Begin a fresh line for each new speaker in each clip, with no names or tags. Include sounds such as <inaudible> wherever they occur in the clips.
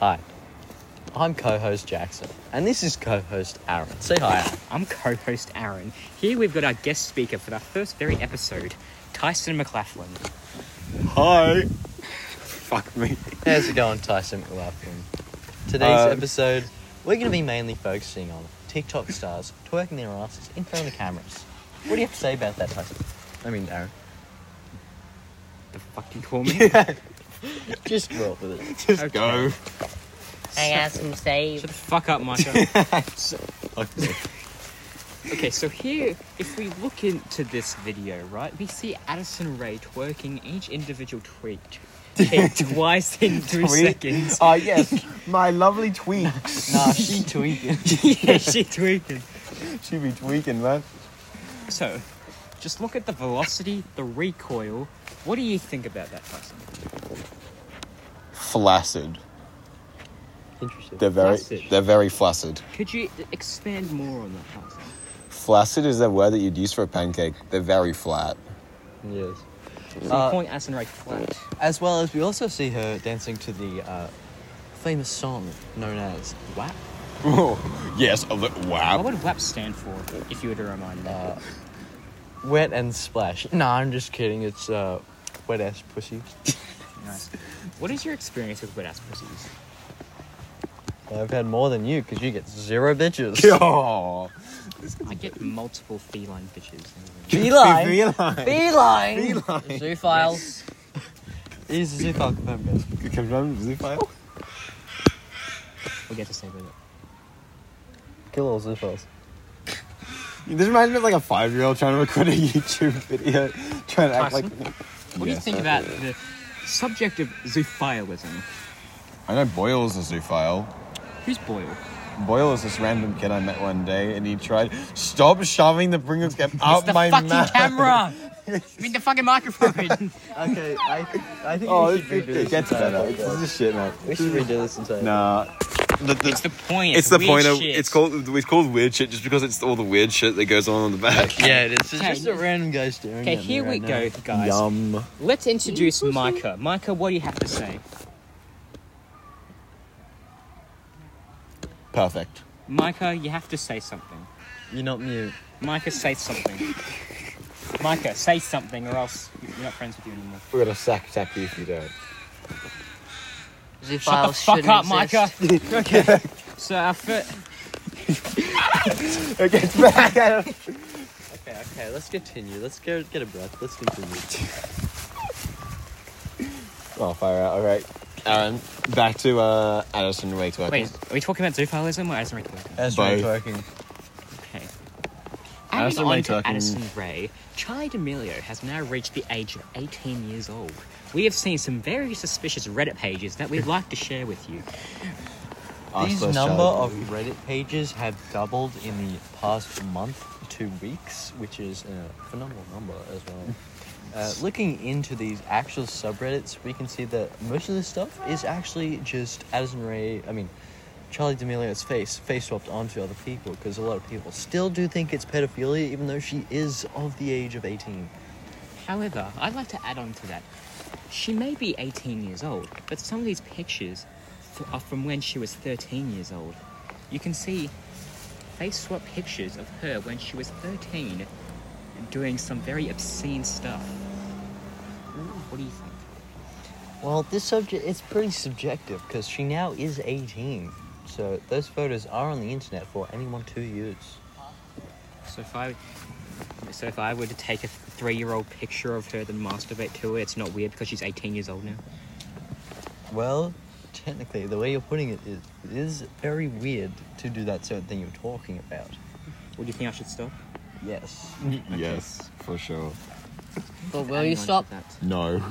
Hi, I'm co host Jackson, and this is co host Aaron. Say hi, Aaron.
I'm co host Aaron. Here we've got our guest speaker for our first very episode, Tyson McLaughlin.
Hi. Fuck me. <laughs>
How's it going, Tyson McLaughlin? Today's
Uh,
episode, we're going to be mainly focusing on TikTok stars twerking their asses in front of the cameras. What do you have to say about that, Tyson? I mean, Aaron.
The fuck do you call me? Shut
<laughs> Just roll with it.
Just
Okay.
go.
I asked him
the
save.
fuck up, Micah.
Okay.
okay, so here, if we look into this video, right, we see Addison Ray twerking each individual tweet. take twice in three
<laughs>
seconds. <laughs>
Ah, yes. My lovely tweaks. <laughs>
nah, she tweaking.
yeah, she tweeted.
she be tweaking, man.
So, just look at the velocity, the recoil. What do you think about that, Tyson?
Flaccid.
Interesting.
They're very,
Flaccid.
they're very flaccid.
Could you expand more on that, Tyson?
Flaccid is a word that you'd use for a pancake. They're very flat.
Yes.
So
Uh,
you're calling Addison Ray flat.
As well as we also see her dancing to the uh, famous song known as WAP.
yes. A li-
What
<laughs> wow.
would WAP stand for, if you were to remind me?
Uh, Wet and Splash. No, I'm just kidding. It's uh, Wet Ass Pussy.
nice. What is your experience with wet ass pussies?
I've had more than you because you get zero bitches.
Oh.
I get multiple feline bitches. and-
Feline.
Feline.
Feline.
Feline.
Zoo files.
He's a Zuthal confirmed guys.
Can you remember Zoo file?
We'll get to stay with it.
Kill all Zuthals.
This reminds me of like a five-year-old trying to record a <laughs> YouTube video, trying to act like.
Tyson? What do you
Yes,
think
I-
about the subject of zoophilism?
I know Boyle's a zoophile.
Who's Boyle?
Boyle was this random kid I met one day, and he tried stop shoving the Pringles can up
it's the
my
fucking
mouth. <laughs>
camera! I mean, the fucking microphone!
Okay, I, I think
Oh,
we
it,
should
it,
redo this.
it gets
entire
better. This
podcast.
is shit, man.
We should redo this entire.
Nah. The,
it's the point.
it's the
weird
point of
shit.
it's called it's called weird shit just because it's all the weird shit that goes on in the back.
Yeah, it is. It's
Okay.
just a random guy staring.
Okay,
at me
here we
right
go,
now.
guys.
Yum.
Let's introduce Micah. Micah, what do you have to say?
Perfect.
Micah, you have to say something.
You're not mute.
Micah, say something. Micah, say something, or else we're not friends with you anymore.
We're gonna sack sack you if you don't.
Shut
Zoo
the
files
fuck
shouldn't
up,
exist.
Micah.
<laughs>
okay. So our first.
It gets back at him.
Okay, okay, let's continue. Let's go get a breath. Let's continue.
Oh, fire out. All right, Aaron. Back to uh, Addison Ray twerking.
Wait, are we talking about zoophilism or Addison Ray twerking?
As
we're
talking.
Okay. Adding
Addison Rae
on to
twerking.
Addison Ray, Charlie D'Amelio has now reached the age of 18 years old. We have seen some very suspicious Reddit pages that <laughs> we'd like to share with you.
Ask
These
those
number
child-
of Reddit pages have doubled in the past month to weeks, which is a phenomenal number as well. Uh, looking into these actual subreddits, we can see that most of this stuff is actually just Addison Ray. I mean, Charlie D'Amelio's face face swapped onto other people because a lot of people still do think it's pedophilia, even though she is of the age of eighteen.
However, I'd like to add on to that. She may be 18 years old, but some of these pictures f- are from when she was 13 years old. You can see face swap pictures of her when she was 13 doing some very obscene stuff. What do you think?
Well, this subject it's pretty subjective because she now is eighteen, so those photos are on the internet for anyone to use.
So if I, so if I were to take a three-year-old picture of her, then masturbate to her, it's not weird because she's 18 years old now.
Well, technically, the way you're putting it is, it is very weird to do that certain thing you're talking about.
What do you think I should stop?
Yes.
Yes, for sure.
But will
Adding on
you
to
stop?
That.
No.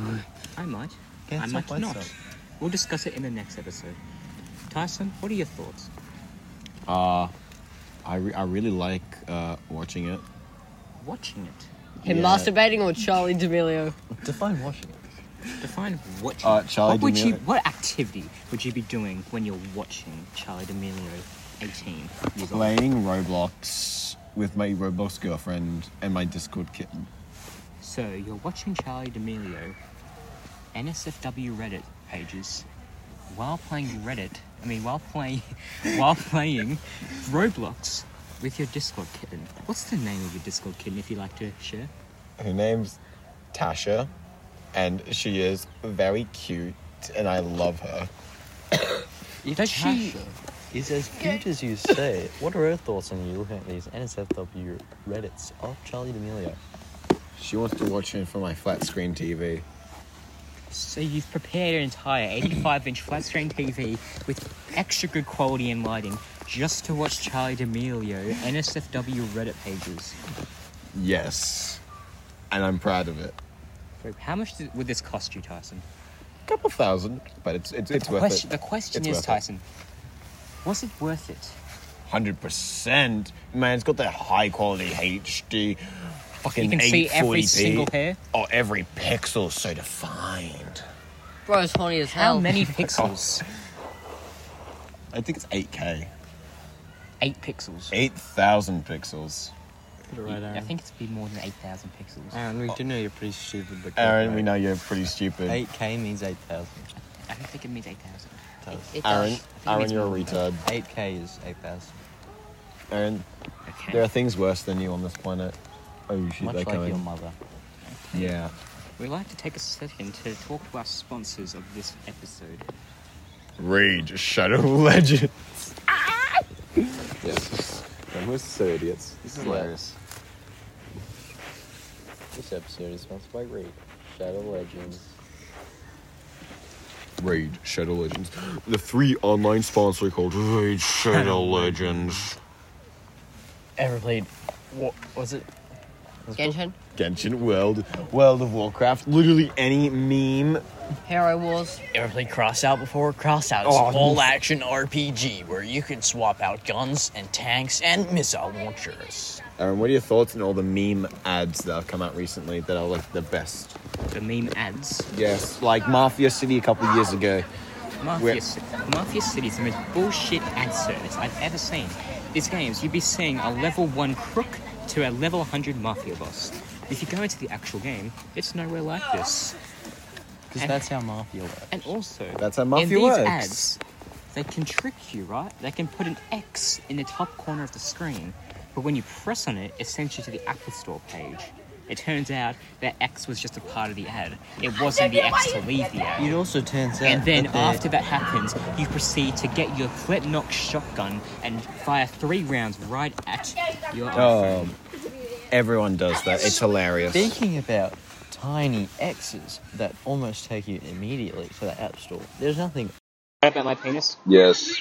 I might.
Can't
I
stop
might not.
myself.
We'll discuss it in the next episode. Tyson, what are your thoughts?
Uh, I, re- I really like uh, watching it.
Watching it.
Him
Yeah.
masturbating or Charlie D'Amelio?
<laughs> Define watching it.
Define watching.
Uh, Charli
what would you?
D'Amelio.
What activity would you be doing when you're watching Charlie D'Amelio, 18 years old?
Playing Roblox with my Roblox girlfriend and my Discord kitten.
So you're watching Charlie D'Amelio, NSFW Reddit pages, while playing Reddit, I mean, while playing, <laughs> while playing Roblox with your Discord kitten. What's the name of your Discord kitten, if you like to share?
Her name's Tasha, and she is very cute, and I love her.
Does she is as cute as you say? What are her thoughts on you looking at these NSFW Reddits of Charlie D'Amelio?
She wants to watch it from my flat screen TV.
So you've prepared an entire 85-inch flat-screen TV with extra good quality and lighting just to watch Charlie D'Amelio NSFW Reddit pages.
Yes, and I'm proud of it.
Wait, How much did, would this cost you, Tyson?
Couple thousand, but it's it's, it's
the,
worth
question,
it.
the question
It's
is,
worth it.
Tyson, was it worth it?
Hundred percent, man. It's got that high quality HD, fucking
You can see every
840p.
single hair.
Oh, every pixel so defined.
Bro, it's horny as hell.
How
<laughs>
many pixels?
I think it's eight K,
Eight pixels.
eight thousand pixels.
I think it's be more than eight thousand pixels.
Aaron, we do know you're pretty stupid, but
Aaron, we know you're pretty stupid.
8K means 8,000.
I don't think it means eight thousand.
Does.
It does.
Aaron, Aaron,
it's
you're a
more
retard.
8K is 8,000.
Aaron,
Okay.
there are things worse than you on this planet. Oh shit,
Much
they're
like your
coming.
mother.
Yeah.
We'd like to take a second to talk to our sponsors of this episode.
Rage Shadow Legends. yes. Man, we're so idiots. This is hilarious.
This episode is sponsored by Reed, Shadow Legends.
Raid Shadow Legends. The free online sponsor called Raid Shadow Legends.
Everblade. What was it?
Genshin,
Genshin World, World of Warcraft, literally any meme.
Hero Wars.
Everly Crossout before Crossout is
Oh,
an all-action RPG where you can swap out guns and tanks and missile launchers.
Aaron, what are your thoughts on all the meme ads that have come out recently that are like the best?
The meme ads.
Yes, like Mafia City a couple years ago.
Mafia,
We're-
Ci- Mafia City is the most bullshit ad service I've ever seen. These games, you'd be seeing a level 1 crook to a level 100 Mafia boss. If you go into the actual game, it's nowhere like this.
Because
And-
that's how Mafia works.
And also,
That's how Mafia
in these
works.
ads, they can trick you, right? They can put an X in the top corner of the screen, but when you press on it, it sends you to the Apple Store page. It turns out that X was just a part of the ad. It wasn't the X to leave the ad.
It also turns out.
And then
that they're-
after that happens, you proceed to get your Flintknock shotgun and fire three rounds right at your
Oh, everyone does that. It's hilarious.
Speaking about tiny X's that almost take you immediately to the App Store, there's nothing
What about my penis?
Yes.